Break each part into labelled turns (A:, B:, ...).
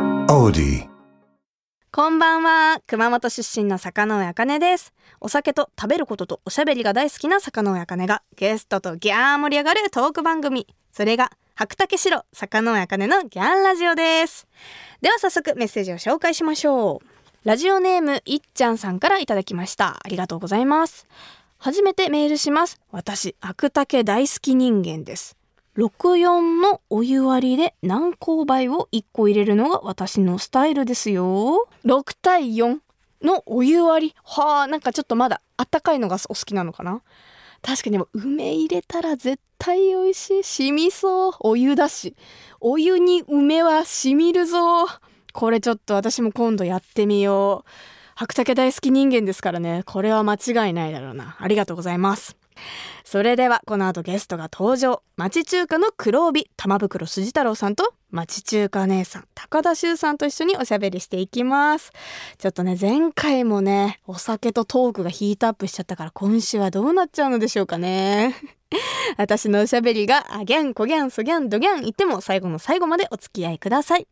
A: Melody.
B: こんばんは熊本出身の坂上茜ですお酒と食べることとおしゃべりが大好きな坂上茜がゲストとギャー盛り上がるトーク番組それが白竹城坂上茜のギャンラジオですでは早速メッセージを紹介しましょうラジオネームいっちゃんさんからいただきましたありがとうございます初めてメールします私白竹大好き人間です64のお湯割りで何勾配を1個入れるのが私のスタイルですよ6対4のお湯割りはあなんかちょっとまだあったかいのがお好きなのかな確かにでも梅入れたら絶対美味しい染みそうお湯だしお湯に梅は染みるぞこれちょっと私も今度やってみよう白竹大好き人間ですからねこれは間違いないだろうなありがとうございますそれではこの後ゲストが登場町中華の黒帯玉袋筋太郎さんと町中華姉さん高田修さんと一緒におしゃべりしていきますちょっとね前回もねお酒とトークがヒートアップしちゃったから今週はどうなっちゃうのでしょうかね私のおしゃべりがあギャンコギャンソギャンドギャン言っても最後の最後までお付き合いください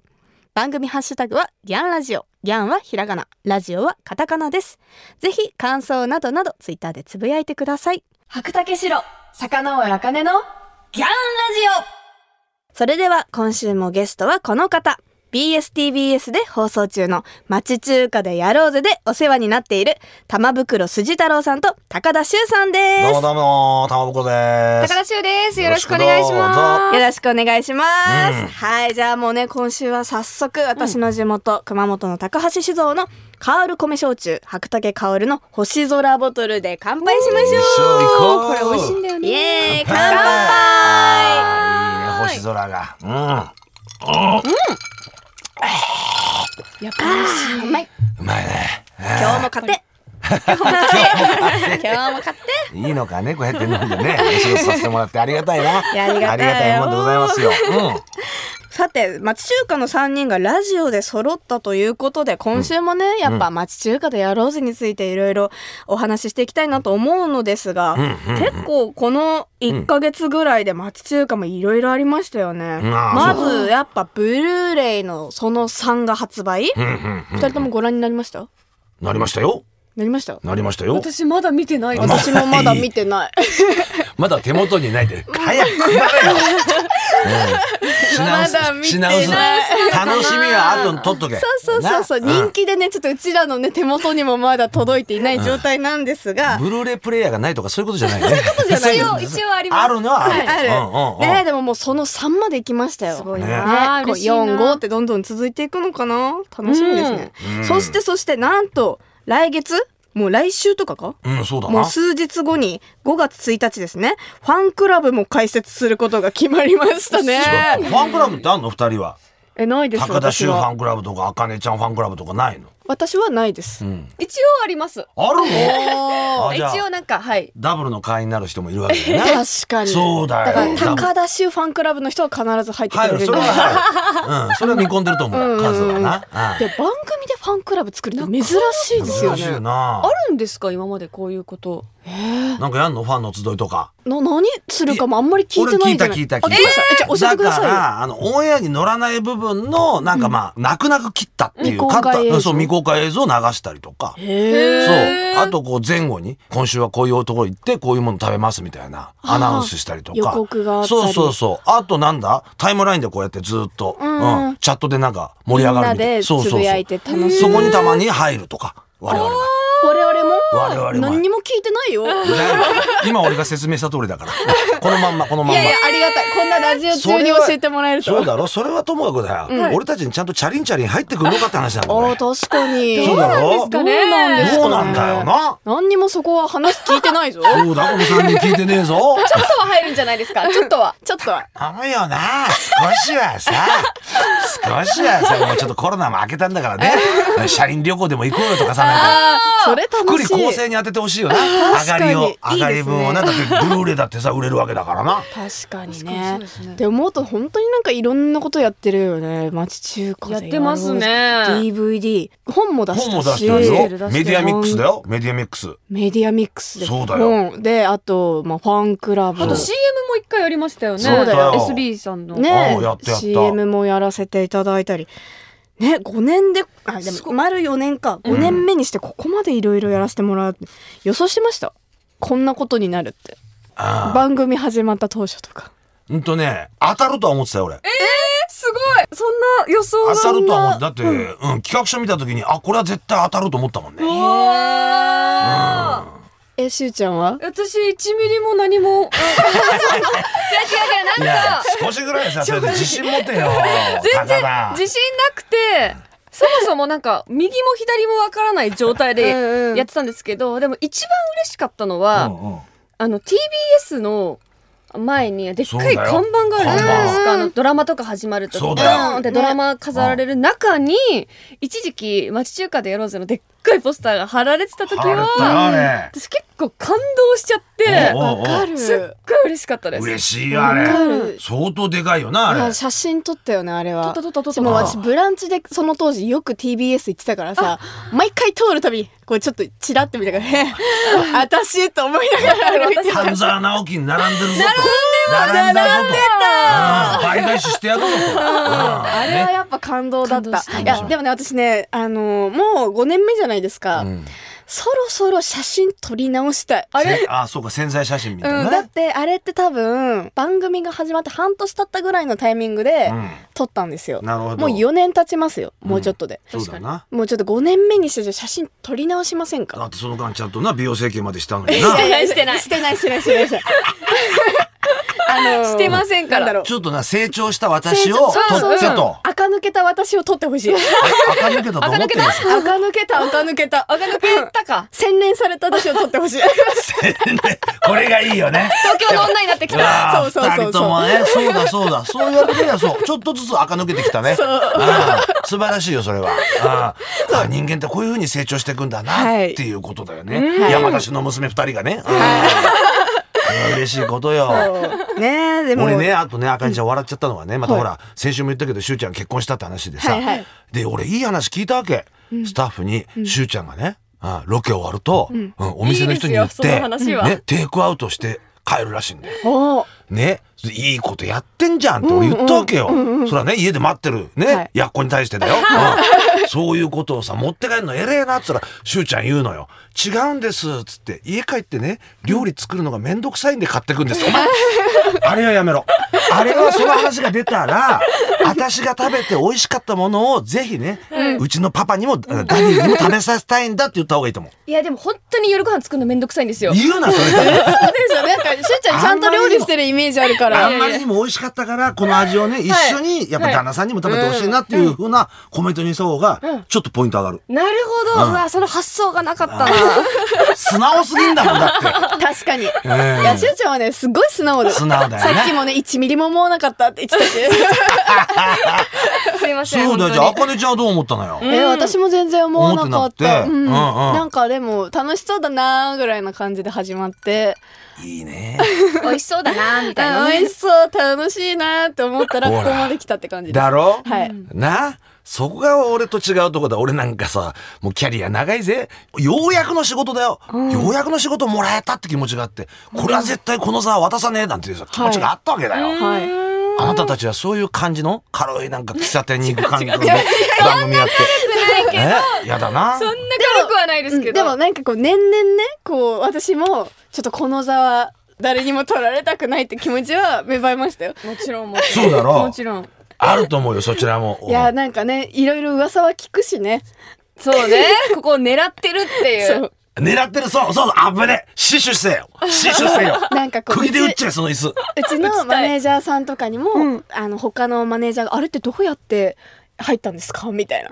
B: 番組ハッシュタグはギャンラジオギャンはひらがなラジオはカタカナですぜひ感想などなどツイッターでつぶやいてください白竹城坂上茜のギャンラジオそれでは今週もゲストはこの方 BSTBS で放送中の町中華でやろうぜでお世話になっている玉袋筋太郎さんと高田修さんです
C: どうもどうも、たまぼこで
D: 高
C: す。
D: 田修です。よろしくお願いしま
B: よ
D: す。
B: ろしくお願いします。
C: うん
B: はい、じゃあもうね、今週は早速、私の地元、熊本の高橋酒造のカール米焼酎、白竹薫の星空ボトルで乾杯しまし
C: 一緒に
B: ょう。
C: 行こう。
D: これ美味しいんだよ
B: イ
D: ね。
B: エーイ、乾
C: 乾
B: 杯
C: 杯
B: 乾
C: い
B: 杯
C: いね星空が。う
D: やっぱ美味しい。うまい。
C: ん。うまいね。
B: 今日も 勝て
D: 今日も買って。
C: いいのかね、こうやって飲んでね、お仕事させてもらってありがたいな。
B: いやありがたいよ
C: もんでございますよ。
B: さて、町中華の3人がラジオで揃ったということで、今週もね、やっぱ町中華でやろうぜについていろいろお話ししていきたいなと思うのですが、
C: うん
B: 結構この1ヶ月ぐらいで町中華もいろいろありましたよね。
C: うん
B: まずやっぱブルーレイのその3が発売、
C: うん。うん。うん。
B: 二人ともご覧になりました
C: なりましたよ。
B: なりました
C: なりましたよ。
D: 私まだ見てないで
B: 私
D: す。
B: もまだ見てない。
C: まだ手元にないで。早く配 れよ。うん品薄
B: まだ見て
C: 品
B: ない
C: 薄だ楽しみは後に取っとけ。
B: そうそうそうそう、
C: な
B: 人気でね、ちょっとうちらのね、手元にもまだ届いていない状態なんですが、
C: ブルーレイプレイヤーがないとかそういうことじゃないね。そういうこと
B: じゃない
D: 一応一応あります
C: あるのはある。
B: ある、
C: うんうんうん
B: ねでももうその3まで行きましたよすご
C: いな
D: ね
B: ね、こう
D: 嬉しいな
B: 45ってどんどん続いていくのかな楽しみですね、
C: うん
B: そしてそしてなんと来月もう来週とかか
C: うん、そうだ
B: もう
C: な。
B: 数日後に5月1日ですねファンクラブも開設することが決まりましたね
C: ファンクラブってあんの二人は。
B: えないです
C: 高田
B: 私
C: 修ファ
B: は
C: ンクラブとか、あかねちゃんファンクラブとかないの。
B: 私はないです、
C: うん。
D: 一応あります。
C: あるの。あ
D: 一
C: じゃあ
D: 応なんかはい。
C: ダブルの会員になる人もいるわけだよ ね。
B: 確かに
C: そうだよ
B: から高田修ファンクラブの人は必ず入ってく
C: 入
B: れる
C: る、
B: んで
C: それは入る。うん、それは見込んでると思う。数はな。
B: で番組でファンクラブ作るって珍しい
C: うん
B: ですよ
C: 珍し
B: ね
C: いな
D: あ。るんですか今までこういうこと。
C: なんかやんの、ファンの集いとか。
B: な何するかもあんまり聞い
C: 俺
B: てな
C: 聞
B: いん
C: い
B: じ
C: た
B: ゃない
C: 聞いた
B: あ
C: 聞い
B: 聞きましたえじゃあ教
C: た。
B: えて
C: だ
B: くだ
C: か
B: さい
C: らあのオンエアに乗らない部分のなんかまあ泣く泣く切ったってい
B: 未
C: う
B: 公
C: カ
B: 開
C: ッ
B: 映
C: ト、
B: 像
C: そう未公開映像を流したりとか。
B: へ
C: そ
B: え
C: う。あとこう前後に、今週はこういうところ行って、こういうもの食べますみたいなアナウンスしたりとか。
B: 予告があったり
C: そうそうそう。あとなんだタイムラインでこうやってずっと、
B: ん
C: うんチャットでなんか盛
B: み
C: り
B: ん
C: 上がる
B: な
C: みたい
B: で
C: な。
B: つぶやいて楽しむ
C: そこにたまに入るとか、我々が。
B: 我々も
C: 我々も
B: 何にも聞いてないよ
C: いや今俺が説明した通りだから。このまんま、このまんま。
B: いやいやありがたいこんなラジオ中に教えてもらえると
C: そうだろそれはともかくだよ、俺たちにちゃんとチャリンチャリン入ってくるのかって話なんだ
B: あ
C: よ
B: ー確かに
C: そうだろ
B: どうなんですかね
C: どうなんだよな
B: 何にもそこは話聞いて ないぞ
C: そうだこの3人聞いてねえぞ
D: ちょっとは入るんじゃないで すか。ちょっとは。
B: ちょっとは
C: 飲むよな少しはさ少しはさもうちょっとコロナも明けたんだからね車輪旅行でも行こうよとかさなんか
B: それ楽
C: 福利
B: し
C: 厚
B: い
C: 生に当ててほしいよな上
B: 確
C: が
B: かに
C: りを
B: いいですね
C: 上がり分をなだってブルーレイだってさ売れるわけだからな
B: 確かに
D: 確かにそう
B: ね
D: ですね
B: でも思うと本当になんかいろんなことやってるよね町中華で
D: やってますね。
B: DVD 本も出したし
C: 本も出してるよ
D: 出してる出して
C: メ
D: る
C: ディアミックスだよメディアミックス
B: メディアミックスで
C: そうだよ
B: 本であと、まあ、ファンクラブ
D: あ
C: そ
D: と
C: う
D: CM も一回やりましたよね。
C: そうだよ
D: SB さんの。
B: ね
C: ああやったやった
B: CM もやらせていただいたりね5年であですも丸4年か5年目にしてここまでいろいろやらせてもらうって、予想してましたこんなことになるって
C: あ
B: 番組始まった当初とか
C: うんとね当たるとは思ってたよ俺
D: すごいそんな予想
C: 当たるとは思って
D: た
C: だって、うん企画書見た時にあこれは絶対当たると思ったもんねうん
D: わー
B: えしゅうちゃんは
D: 私1ミリも何も 違う違う違う
C: い
D: なん
C: や
D: か
C: 少しぐらいさそれで自信持てよ
D: 全然
C: 高田
D: 自信なくてそもそもなんか右も左もわからない状態で
B: ん
D: やってたんですけどでも一番嬉しかったの
C: う
D: は
C: んうん
D: あの TBS の前にでっかい看板があるじゃないです
C: そう
B: だ
D: か
B: よ
D: あのドラマとか始まると
C: そう
D: ド
C: だよ
D: ーンってドラマ飾られる中に一時期町中華でやろうぜのでっかいポスターが貼られてた時
C: 腹立った
D: は
C: なあ
D: 私結構感動しちゃって
C: おうおう
B: わかる
D: すっごい嬉しかった
C: れ
D: です。
C: 嬉しいよあ
B: わ
C: れ
B: かる
C: 相当でかいよなあ
B: いや
C: れ
B: 写真撮ったよねあれは
D: とととと
B: で
D: と
B: も
C: あ
B: 私ブランチでその当時よく TBS 行ってたからさ毎回通るたびこうちょっとチラって見たからね私と思いながら歩いてた
C: 半沢直樹に並んでるぞと並んだぞとうん倍返ししてやるぞとうん
B: あれはやっぱ感動だっ
D: 感
B: た
D: 動した
B: いやでもね私ねあのーもう5年目じゃないですか、
C: うん
B: そろそろ写真撮り直したい
D: あれ
C: せあそうか潜在写真みた
B: うん、
C: い
B: だ
C: な
B: っ
C: ね
B: てあれって多分番組が始まって半年経ったぐらいのタイミングで
C: う
B: 撮ったんですよ、
C: んなるほど
B: もう4年経ちますよもうちょっとで、
C: そうだな
B: もうちょっと5年目にしてじゃあ写真撮り直しませんか
C: だってその間ちゃんとな美容整形までしたのに
D: いやい
C: な
D: やしてない
B: してないしてないしてない してないあのー
D: してませんから
B: なんだろう
C: ちょっとな成長した私を
B: 成
C: 取っ
B: 長
D: そう
C: て
D: そう
C: と
B: 垢抜けた私を撮ってほ しい
C: 赤抜けたと思ってるんですよ
B: 垢抜けた垢抜けた
D: あが抜けたか
B: 洗練された私を撮ってほしい
C: これがいいよね
D: 東京の女になってき
C: うわ
B: そ
C: あ
B: うそうそう
C: 二人ともねそうだそうだそう言われてりゃそうちょっとずつ垢抜けてきたね
B: そう
C: ああ素晴らしいよそれはああああ人間ってこういうふうに成長していくんだ
B: は
C: ないっていうことだよね、
B: はい
C: 山田氏の娘二人がね、うんこれは嬉しいことよ
B: そうねえでも
C: 俺ねあとね赤井ちゃん笑っちゃったのはねまた
B: はい
C: ほら、先週も言ったけどしゅうちゃん結婚したって話でさ、
B: はいはい
C: で俺いい話聞いたわけ、スタッフにしゅうちゃんがね、あロケ終わると、うんお店の人に言っ
D: いいですよそ
C: て
D: の話は
C: ね、テイクアウトして帰るらしいんだよ。
B: おー
C: ね、いいことやってんじゃんって俺言ったわけよ。それはね、家で待ってるね、
B: はい
C: やっこに対して だよ。うんそういうことをさ、持って帰るの偉えなっつったら、しゅうちゃん言うのよ。違うんですっつって、家帰ってね、料理作るのがめんどくさいんで買ってくん です。お前、あれはやめろ。あれはその話が出た ら、私が食べて美味しかったものをぜひね、うちのパパにも、ダディにも食べさせたいんだって言った方がいいと思う。
D: いやでも本当に夜ご飯作るのめんどくさいんですよ
C: 言うな、それだから。
B: そうですよなんかしゅうちゃんちゃんと料理してるイメージあるから
C: あんまりにも美味しかったから、この味をね、一緒に、やっぱ旦那さんにも食べてほしいなっていう風なコメントにした方が、ちょっとポイント上がる。
D: なるほど、うわその発想がなかったな
C: 素直すぎんだもん、だっ
B: 確かに、
C: て。
B: いやしゅうちゃんはねすごい素直で
C: 素直だよ
B: さ
C: ね
B: っきもね1ミリも思わなかったって言ってたし
D: すいません
C: そうだよ、じゃあ、あ
D: 本当に
C: かねちゃんはどう思ったのよ。
B: え私も全然思わなかった
C: 思ってなくて
B: うん
C: うんうん
B: なんかでも楽しそうだなーぐらいな感じで始まって
C: いいね。
D: 美味しそうだなみたいな、
B: あ
D: ね、
B: 美味しそう楽しいなーって思ったら
C: ほ
B: こ
C: ら
B: こまで来たって感じです
C: だろ
B: はい
C: なそこが俺と違うとこだ。俺なんかさ、もうキャリア長いぜ。ようやくの仕事だよ。ようやくの仕事もらえたって気持ちがあって、これは絶対この座は渡さねえなんていうさ、気持ちがあったわけだよ。
B: はい
C: あなたたちはそういう感じの軽いなんか喫茶店に行く感じの番組やって。えやだな。
D: そんな軽くはないですけど
B: でもなんかこう年々ねこう私もちょっとこの座は誰にも取られたくないって気持ちは芽生えましたよ。
D: も ちろんもちろ
C: そ
D: ん
C: うだろ
D: もちろん
C: あると思うよ、そちらも。
B: いやなんかねいろいろ噂は聞くしね。
D: そう ねここを狙ってるってい
B: そうう
C: 狙ってる、そう、そう、あぶねえ死守せよ死守せよ
B: なんかこう
C: 釘で
B: う
C: 打
B: ち
C: っちゃえ、その椅子。
B: うちのマネージャーさんとかにも、
D: うん
B: あの他のマネージャーがあれってどうやって入ったんですかみたいな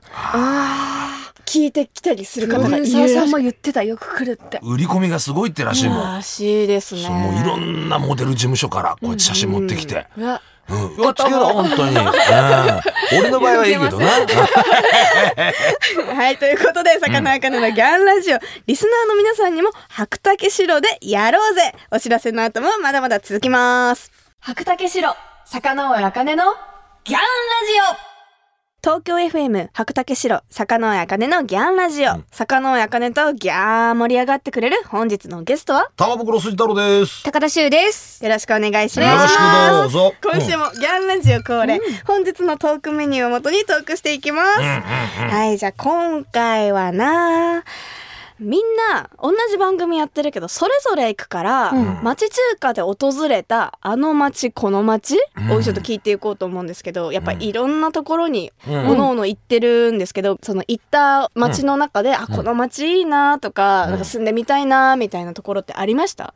D: あ
B: 聞いてきたりする
D: プ
B: 方
D: ロ
B: が
D: デ
B: い
D: ュ
B: る
D: ーサーさんも
B: い
D: 言ってたよく来るって
C: 売り込みがすごいってらしいもん。
B: らしいですね。
C: そうもういろんなモデル事務所からこうやって写真持ってきて。
D: うわ
C: うん。うわ、つけろ、本当に。うん。俺の場合はいいけどな。
B: はい、ということで、魚あかねのギャンラジオ、リスナーの皆さんにも、白竹白でやろうぜお知らせの後もまだまだ続きます。白竹白、魚あかねのギャンラジオ東京 FM 白竹城坂野彩茜のギャンラジ
C: う
B: オ、
C: ん
B: 坂野彩茜とギャー盛り上がってくれる本日のゲストは
C: 玉袋筋太郎です。
D: 高田修です。
B: よろしくお願いし
C: よろ
B: ま
C: し
B: す
C: くどうぞ。
B: 今週もギャンラジオ恒例、本日のトークメニューをもとにトークしていきます、はいじゃあ今回はなみんな同じ番組やってるけどそれぞれ行くから、
D: うん
B: 町中華で訪れたあの町この町
C: うん
B: をちょっと聞いていこうと思うんですけどやっぱ
C: うん
B: いろんなところに
C: うんうん
B: おのおの行ってるんですけど、その行った町の中で、あこの町いいなとか,、
C: うん
B: なんか住んでみたいなみたいなところってありました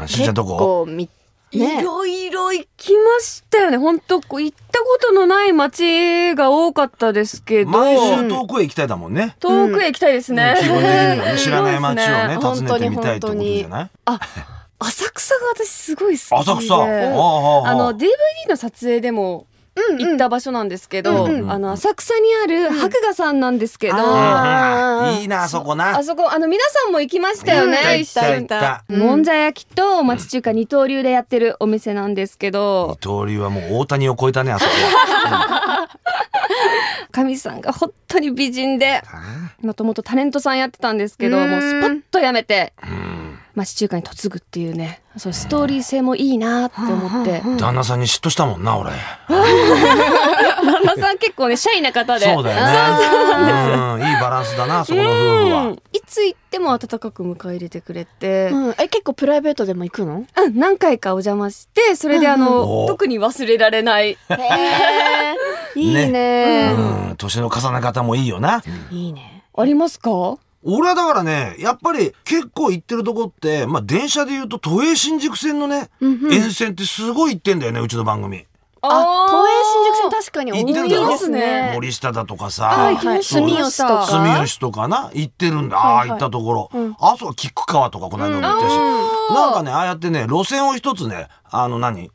C: うんしんちゃんど
B: 結
C: こ
B: 構み
D: い
B: ね
D: ろいろ行きましたよね。本当こう行ったことのない街が多かったですけど、
C: 毎週遠くへ行きたいだもんね。
D: 遠くへ行きたいで
C: 気
D: すね。
C: 分的にはね知らない街
D: そう
C: を
B: です
C: ね訪ねて
B: ね
C: みたいってことじゃ
B: 本
C: ない
D: 浅草が私すごい好きで。
C: 浅草ああ
D: あ
C: ああ
D: の DVD の撮影でも
B: うんうん
D: 行った場所なんですけど、
B: うん
C: うん
D: あの浅草にある白河さんなんですけど、
B: あ
C: うん
B: あ
C: うんいいなあそこな
D: あそこあの皆さんも行きましたよ
B: 行った
D: ね
B: 行
D: 一
B: った
D: 緒
C: 行
D: に
C: っ。た
B: うん
D: もんじゃ焼きと町中華二刀流でやってるお店なんですけ
C: 二
D: ど
C: 刀流はもう大谷を超えたねあそこは
D: 神さんが本当に美人でもともとタレントさんやってたんですけど
B: うん
D: もうスパッとやめて
C: うん
D: 町中華に嫁ぐっていうねそういうストーリー性もいいなって思って
C: うん旦那さんに嫉妬したもんな俺
D: 旦那さん結構ねシャイな方で
C: そうだよねうんいいバランスだなそこの夫婦
D: う
C: は
D: んいつ行っても温かく迎え入れてくれて、
B: うん、え結構プライベートでも行くの
D: うん、何回かお邪魔してそれであ
C: うんお
D: の
C: ー
D: 特に忘れられない
B: へーいい ね
C: うん年の重ね方もいいよない
B: いね
D: ありますかあ
C: 俺はだからねやっぱり結構行ってるとこってまあ電車で言うと都営新宿線のね沿線ってすごい行ってんだよねうちの番組
B: あ東映新宿線確
D: 線
B: かに
C: 行って
B: 多
C: る
B: い
C: だろ
B: ですね
C: 森下だとか
D: あ
C: さ
D: 行きました
C: そう
B: 住吉とか
C: 住吉とかな行ってるんだ、あ
B: は
C: あ
B: い
C: ー行
B: はい
C: ったところ、
B: うん
C: あそう菊川とかこの間も行ったし、
D: うん
C: なんかねああやってね路線を一つねあの何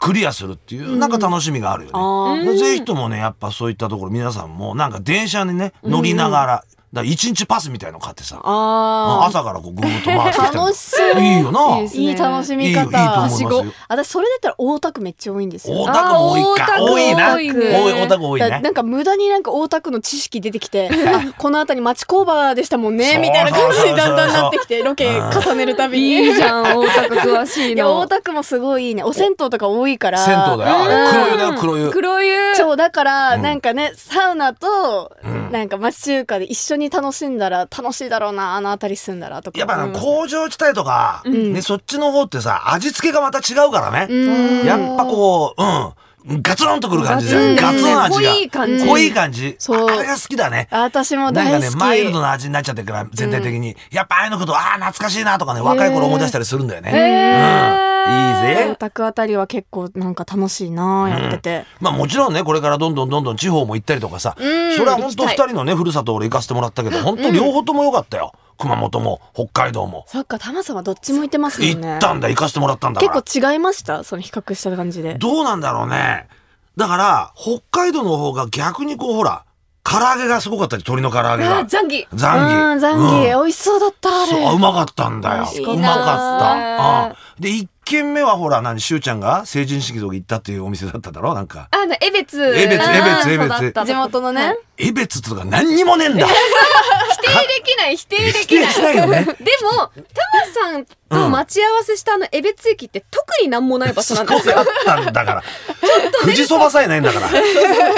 C: クリアするっていうなんか楽しみがあるよね、
B: あ
C: でぜひともねやっぱそういったところ皆さんもなんか電車にね乗りながら、だから一日パスみたいの買ってさ
B: あ
C: 朝からこうぐーっと回ってきて
B: 楽しそう
C: いいよない
D: いですね
B: いい楽しみ
C: いいよいいと思い
B: 方
C: ますよ
B: はしご私それだったら大田区めっちゃ多いんですよ
C: 大田区も多いか
D: あー
C: 多いな
D: 大
C: 多
D: 田
C: い
D: 区
C: 大田区多い
B: だ
C: ね
B: なんか無駄になんか大田区の知識出てきてあこの辺り町工場でしたもんねみたいな感じにだんだんなってきてロケ重ねるたびに
D: いいじゃん大田区詳しい
B: いや
D: の
B: 大田区もすごいいいねお銭湯とか多いから
C: 銭湯だよあれ黒湯だ
D: う
C: よ
D: ん
C: 黒湯
D: 黒湯
B: そうだからなんかね、サウナと
C: ん
B: なんか町中華で一緒に楽しんだら楽しいだろうなあの辺り住んだらとか
C: やっぱあ
B: う
C: の
B: ん
C: 工場地帯とか、ね、そっちの方ってさ味付けがまた違うからね、
B: うん
C: やっぱこううんガツンとくる感じ
D: う
C: で
D: ん
C: ガツン味が
D: 濃い感じ
C: 濃い感じ
B: そう
C: あれが好きだね
B: あ私も
C: なんか
B: 大
C: ね
B: 好き
C: マイルドな味になっちゃってるから全体的に、やっぱああいうのことああ懐かしいなとかね若い頃思い出したりするんだよね、うんいい
B: 大
C: ぜ
B: 田区あたりは結構なんか楽しいなやってて、
C: まあもちろんねこれからどんどんどんどん地方も行ったりとかさ、それは本当二人のねふるさと俺行かせてもらったけど本当両方とも良かったよ、熊本も北海道も
B: そっかタマさんはどっちも行ってますも
C: 行
B: んね
C: ったんだ行かせてもらったんだから
B: 結構違いましたその比較した感じで
C: どうなんだろうね。だから、北海道の方が逆にこう、ほら、唐揚げがすごかったり、鶏の唐揚げ
D: あ
C: が。
D: ザンギ
C: ザンギ。
B: うんザンギ、
C: うん
B: 美味しそうだったあれ
C: そう、うまかったんだよ。
B: 美味し
C: う
B: い
C: ま
B: な
C: かった。うんで、一軒目はほら、何、しゅうちゃんが成人式の時行ったっていうお店だっただろなんか。
D: あの江別
C: 江別
D: が
C: 江別江別
D: 育った
B: 地元のね、
C: えべつとか何にもねえんだ。
D: 否定できない否定で
C: 否
D: き
C: 定
D: ない
C: しないよね。
D: でも、タマさんと待ち合わせしたあの江別駅って特になんもない場所な
C: す
D: んで
C: ご
D: すよ。
C: かったんだから。富士そばさえないんだから。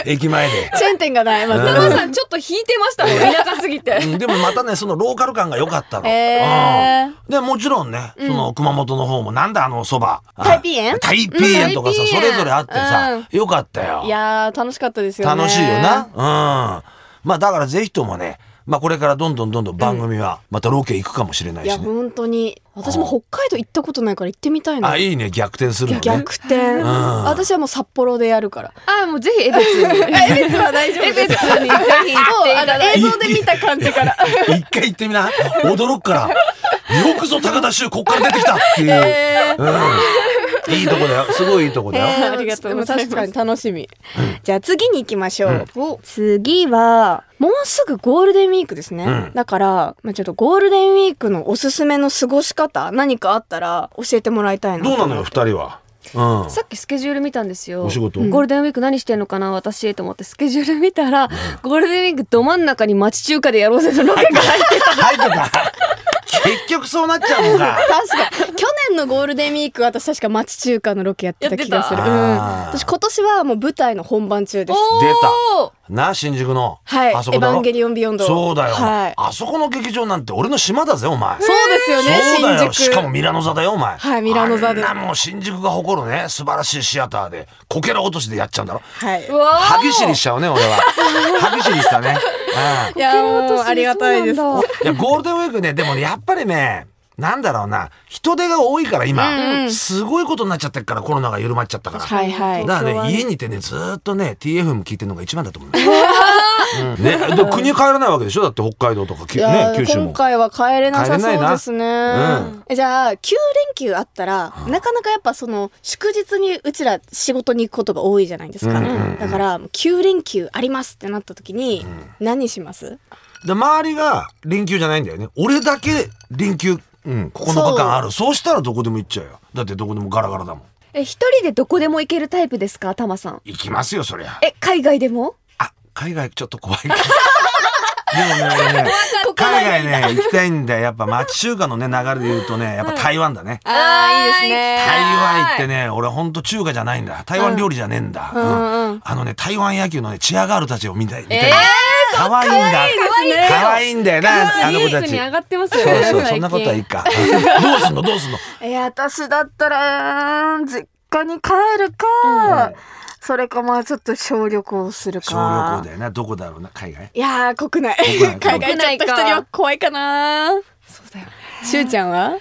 C: 駅前で。
B: チェーン店がないまず、
C: う
D: タマさんちょっと引いてましたもん、田舎すぎて。
C: うんでもまたねそのローカル感が良かったの。
B: へー
C: うんでもちろんねその熊本の方もなんだあのそば。
B: タイピーエン
C: タイピーエンとかさ
D: うん
C: それぞれあって
B: う
C: さ良かったよ
B: い。やー楽しかったですよね
C: 楽しいよな。うん。まあだからぜひともねまあこれからどんどんどんどん番組はまたロケ行くかもしれないい
B: や
C: しね。
B: 本当に私も北海道行ったことないから行ってみたいな
C: あいいね逆転するのね。
B: 逆転
C: ん
B: 私はもう札幌でやるから
D: あもうぜひ 江別に。
B: 別は大丈夫です
D: 江別にぜひ行っていただいて。
B: 映像で見た感じから
C: 一回行ってみな。驚くから。よくぞ高田修こっから出てきたっていう。うん。いいとこだよ。すごいいいとこだよ。
B: えー
D: ありがとうございます
B: でも確かに楽しみ。じゃあ次に行きましょう。
D: うんお
B: 次は、もうすぐゴールデンウィークですね。
C: うん
B: だから、まあ、ちょっとゴールデンウィークのおすすめの過ごし方、何かあったら教えてもらいたいなと
C: どう
B: 思
C: な
B: って。
C: のよ二人は。うん
D: さっきスケジュール見たんですよ
C: お仕事
D: ゴールデンウィーク何してんのかな私と思ってスケジュール見たら、ゴールデンウィークど真ん中に町中華でやろうぜのロケが入って
C: 入ってた結局そうなっちゃうのか
B: 確かに去年のゴールデンウィーク私確か町中華のロケやってた気がする、
C: やっ
B: う
C: てた
B: ん、
C: あー
B: 私今年はもう舞台の本番中です
D: おー
C: な新宿の、
B: はい
C: あそこだろ
B: エヴァンゲリオンビヨンド
C: そうだよ、
B: はい
C: あそこの劇場なんて俺の島だぜお前
B: そうですよね
C: そうだよ
B: 新宿
C: しかもミラノ座だよお前
B: はいミラノ座で
C: あんなもう新宿が誇るね素晴らしいシアターでこけら落としでやっちゃうんだろ
B: はいう
D: わー
C: 歯ぎしりしちゃうね俺は歯ぎしりしたね、うん
B: いやもうありがたいです
D: そうなんだ
C: いやゴールデンウィークねでもねやっぱりねなんだろうな人手が多いから今、
B: うんうん
C: すごいことになっちゃってるからコロナが緩まっちゃったから、
B: はいはい
C: だからね家にいてねずーっとね TFM 聞いてるのが一番だと思います、 うんね、でも国帰らないわけでしょだって北海道とかき
B: い
C: ゅ、
B: や
C: ね、
B: ー
C: 九州
B: 今
C: も
B: 回は帰れなさそうですね、
C: ん
B: えじゃあ9連休あったら、なかなかやっぱその祝日にうちら仕事に行くことが多いじゃないですか、
C: うんうんうん
B: だから9連休ありますってなった時に何します、
C: で周りが連休じゃないんだよね俺だけ連休、うん、9日間あるそうしたらどこでも行っちゃうよだってどこでもガラガラだもん
D: え一人でどこでも行けるタイプですかタマさん
C: 行きますよそりゃ
D: え海外でも
C: あ海外ちょっと怖いけどでもね俺ね海外 ね行きたいんだよやっぱ町中華のね流れで言うとねやっぱ台湾だね、
B: あーいいです
D: あ
B: ね
C: 台湾行ってね俺ほんと中華じゃないんだ台湾料理じゃねえんだ、うん
B: んうん
C: あのね台湾野球のねチアガールたちを見たいみたい
D: え
C: な、かわいいんだ
D: いいですね
C: かわいいんだよなあの子た
D: ニーズ
C: ち
D: に上がってますよ
C: そう
D: ね
C: そうそ
D: 最
C: ん
D: 近
C: なことはいい かどうすんのどうすんの
B: いや私だったらうーん実家に帰るか、それかまあちょっと小旅行をするか
C: 小旅行だよなどこだろうな海外
B: いやー国内
C: 国内
B: 海外ちょっと人には怖いかなそうだよしゅうちゃんは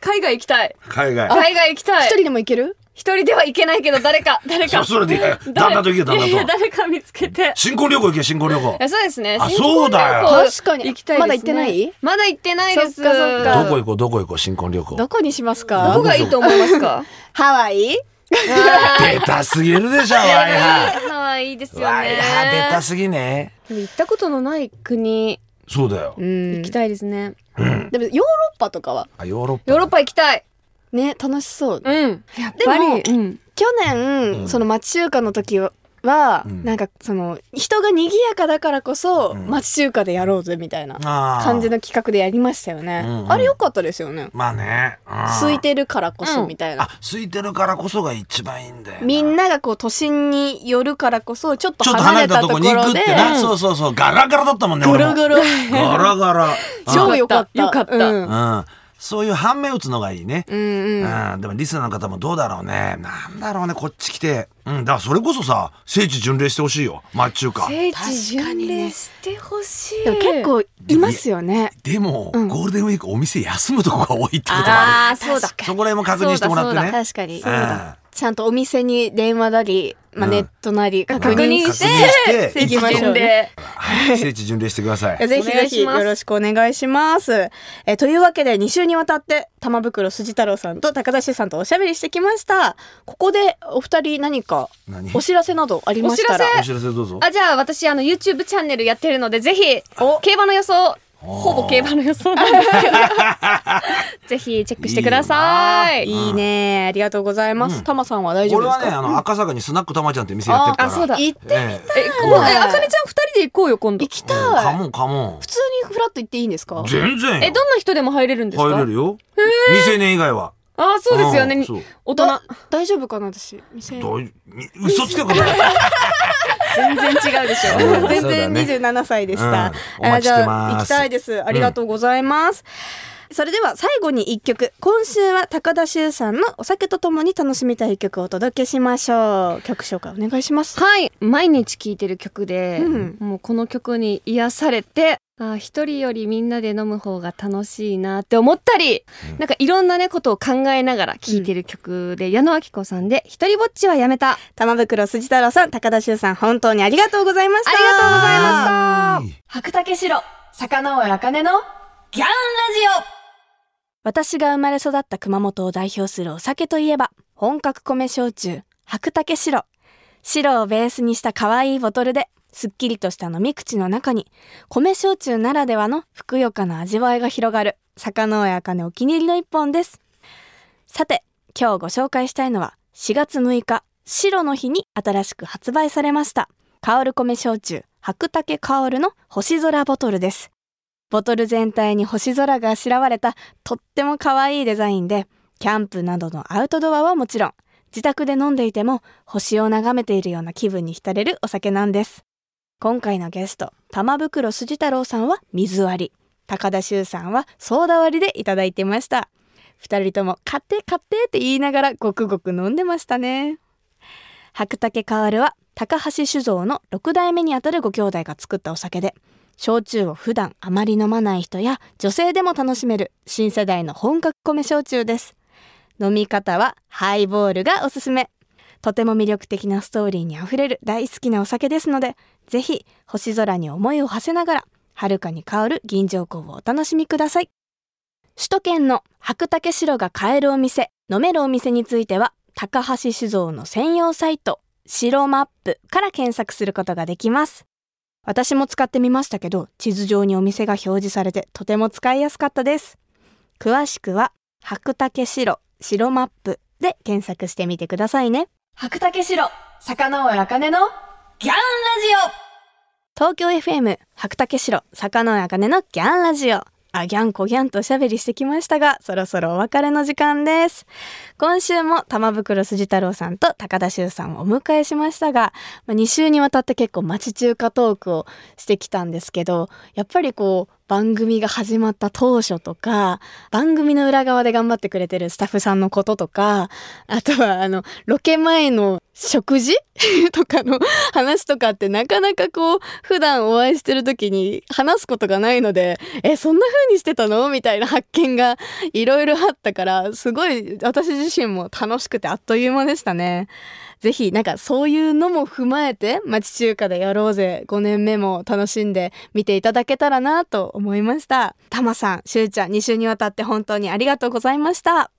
D: 海外行きたい
C: 海外
D: 海外行きたい
B: 一人でも行ける
D: 一人では行けないけど 誰か誰
C: そ
D: か
C: れそれでいいよ旦那と行け旦
D: いやいや
C: 那と
D: 誰か見つけて
C: 新婚旅行行け新婚旅行
D: いやそうですね
C: あそうだよ
D: 新婚旅行
B: 確かに
D: 行きたいですね
B: まだ行ってない
D: まだ行ってないで
B: そ
D: す
B: っかそっか
C: どこ行こうどこ行こう新婚旅行
B: どこにします
D: ど
B: か
D: こがいいと思いま すか
B: ハワイ
C: ベタすぎるでしょワイハ
D: のはいいですよ
C: ワイハベタ
D: ね
C: すぎね
D: 行ったことのない国
C: そうだよ
B: うん
D: 行きたいですね
B: でもヨーロッパとかは
C: あヨーロッパ
D: ヨーロッパ行きたい
B: ね楽しそう
D: うんやっ
B: ぱり
D: うん
B: 去年、
C: うん
B: その町中華の時は
C: うん
B: なんかその人が賑やかだからこそ
C: うん
B: 町中華でやろうぜみたいな
C: あー
B: 感じの企画でやりましたよね、
C: うんうん
B: あれ良かったですよね
C: まあねうん
B: 空いてるからこそ
D: うん
B: みたいな、
C: あ空いてるからこそが一番いいんだよ
B: みん
C: な
B: ながこう都心に寄るからこそちょっと
C: ちょっと
B: 離
C: 離
B: れ
C: れ
B: た
C: た
B: と
C: とこ
B: こ
C: に行く
B: ろ
C: っ
B: で
C: てなそうそうそうガラガラだったもんね
B: ゴロゴ
C: ロ
B: ロ
C: ガラガラ
B: 超良かった
D: よかった
B: うん
C: うんうんそういう反面打つのがいいね
B: うんうん
C: うん、でもリスナーの方もどうだろうねなんだろうねこっち来てうんだからそれこそさ聖地巡礼してほしいよ町中華
D: 聖
B: 確かにね
D: 地巡礼してほしい
B: でも結構いますよね
C: でも、
B: うん
C: ゴールデンウィークお店休むとこが多いってこともあ
B: あ
D: あーそうだ
C: るそこら辺も確認してもらって
D: そうだ
C: ね
B: 確かに
C: そうだ
B: ちゃんとお店に電話なり、まあ、
C: うん
B: ネットなり確認
D: 確認
B: して、
C: して
B: 行きましょうね
C: はい聖地巡礼してください
B: ぜひ
D: お願
B: ぜ
D: い
B: ひ
D: します
B: よろしくお願いします。えーというわけで2週にわたって玉袋筋太郎さんと高田氏さんとおしゃべりしてきました。ここでお二人何か
C: 何
B: お知らせなどありましたら
D: お知
C: お知らせどうぞ
D: あじゃあ私あの YouTube チャンネルやってるのでぜひ
B: お
D: 競馬の予想ほぼ競馬の予想なんですけど ぜひチェックしてください
B: いいねありがとうございます。玉さんは大丈夫
C: 俺
B: です
C: は
B: か
C: ねあの赤坂にスナックたまちゃんって店やってるから
D: あそうだ
B: 行っ
C: え
B: て
C: え
D: えこうえあかねちゃん二人で行こうよ今度
B: 行きたい。
C: うんカモンカモン
B: 普通にフラッと行っていいんですか
C: 全然よ
D: えどんな人でも入れるんですか
C: 入れるよ未成年以外は
D: あそうですよね、
C: うんそう
D: 大人
B: だ大丈夫かな私店
C: どういみ嘘つけことない
B: 全然違うでしょ
C: うん
B: 全
C: そうだ
B: 然
C: ね
B: 二十七歳でした。
C: うんお待ちしてます
B: あじゃあ行きたいです。ありがとうございます。それでは最後に一曲。今週は高田修さんのお酒とともに楽しみたい曲をお届けしましょう。曲紹介お願いします。
D: はい毎日聴いてる曲で、
B: うん
D: もうこの曲に癒されてあー一人よりみんなで飲む方が楽しいなって思ったり、
C: うん
D: なんかいろんなねことを考えながら聴いてる曲で、矢野明子さんで「一人ぼっちはやめた」
B: 玉袋筋太郎さん、高田修さん、本当にありがとうございました。
D: ありがとうございました
A: 白竹城坂上茜のギャンラジオ
B: 私が生まれ育った熊本を代表するお酒といえば本格米焼酎白竹白白をベースにした可愛いボトルですっきりとした飲み口の中に米焼酎ならではのふくよかな味わいが広がる坂上茜お気に入りの一本ですさて今日ご紹介したいのは4月6日白の日に新しく発売されました香る米焼酎白竹香るの星空ボトルですボトル全体に星空があしらわれたとっても可愛いデザインでキャンプなどのアウトドアはもちろん自宅で飲んでいても星を眺めているような気分に浸れるお酒なんです今回のゲスト玉袋筋太郎さんは水割り高田修さんはソーダ割りでいただいてました二人とも「買って買って」って言いながらごくごく飲んでましたね白竹薫は高橋酒造の6代目にあたるご兄弟が作ったお酒で焼酎を普段あまり飲まない人や女性でも楽しめる新世代の本格米焼酎です飲み方はハイボールがおすすめとても魅力的なストーリーにあふれる大好きなお酒ですのでぜひ星空に思いを馳せながら遥かに香る銀条港をお楽しみください首都圏の白竹城が買えるお店飲めるお店については高橋酒造の専用サイト白マップから検索することができます私も使ってみましたけど地図上にお店が表示されてとても使いやすかったです詳しくは白竹城白マップで検索してみてくださいね
A: 白竹城坂上茜のギャンラジオ
B: 東京 FM 白竹城坂の茜のギャンラジオあギャンコギャンとおしゃべりしてきましたがそろそろお別れの時間です今週も玉袋筋太郎さんと高田修さんをお迎えしましたが、まあ、2週にわたって結構町中華トークをしてきたんですけどやっぱりこう番組が始まった当初とか番組の裏側で頑張ってくれてるスタッフさんのこととかあとはあのロケ前の食事 とかの話とかってなかなかこう普段お会いしてる時に話すことがないのでえそんな風にしてたのみたいな発見がいろいろあったからすごい私自身も楽しくてあっという間でしたね。ぜひなんかそういうのも踏まえて町中華でやろうぜ5年目も楽しんで見ていただけたらなと思いましたたまさんしゅうちゃん2週にわたって本当にありがとうございました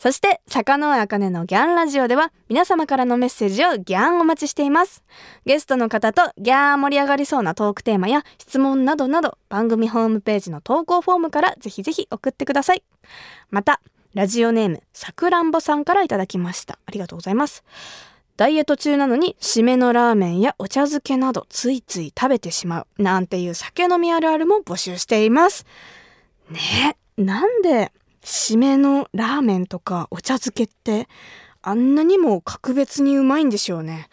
B: そして坂のあかねのギャンラジオでは皆様からのメッセージをギャンお待ちしていますゲストの方とギャー盛り上がりそうなトークテーマや質問などなど番組ホームページの投稿フォームからぜひぜひ送ってくださいまたラジオネームさくらんぼさんからいただきましたありがとうございますダイエット中なのに締めのラーメンやお茶漬けなどついつい食べてしまうなんていう酒飲みあるあるも募集していますねえなんで締めのラーメンとかお茶漬けってあんなにも格別にうまいんでしょうね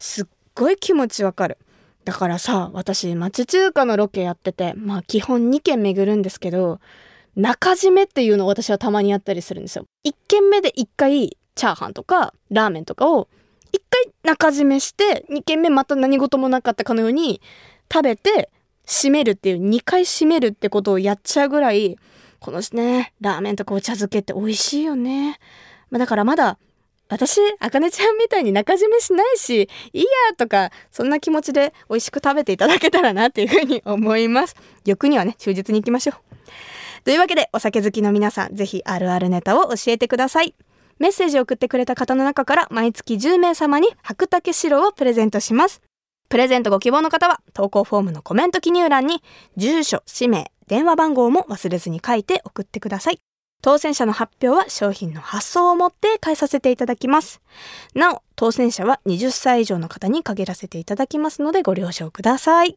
B: すっごい気持ちわかるだからさ私町中華のロケやっててまあ基本2軒巡るんですけど中締めっていうのを私はたまにやったりするんですよ1軒目で1回チャーハンとかラーメンとかを一回中締めして2軒目また何事もなかったかのように食べて締めるっていう2回締めるってことをやっちゃうぐらいこのねラーメンとかお茶漬けって美味しいよね、まあ、だからまだ私あかねちゃんみたいに中締めしないしいいやとかそんな気持ちで美味しく食べていただけたらなっていうふうに思います欲にはね忠実にいきましょうというわけでお酒好きの皆さんぜひあるあるネタを教えてくださいメッセージを送ってくれた方の中から毎月10名様に白竹白をプレゼントします。プレゼントご希望の方は投稿フォームのコメント記入欄に住所、氏名、電話番号も忘れずに書いて送ってください。当選者の発表は商品の発送をもって返させていただきます。なお、当選者は20歳以上の方に限らせていただきますのでご了承ください。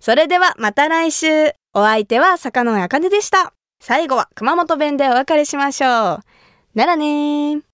B: それではまた来週。お相手は坂野茜でした。最後は熊本弁でお別れしましょう。ならねー。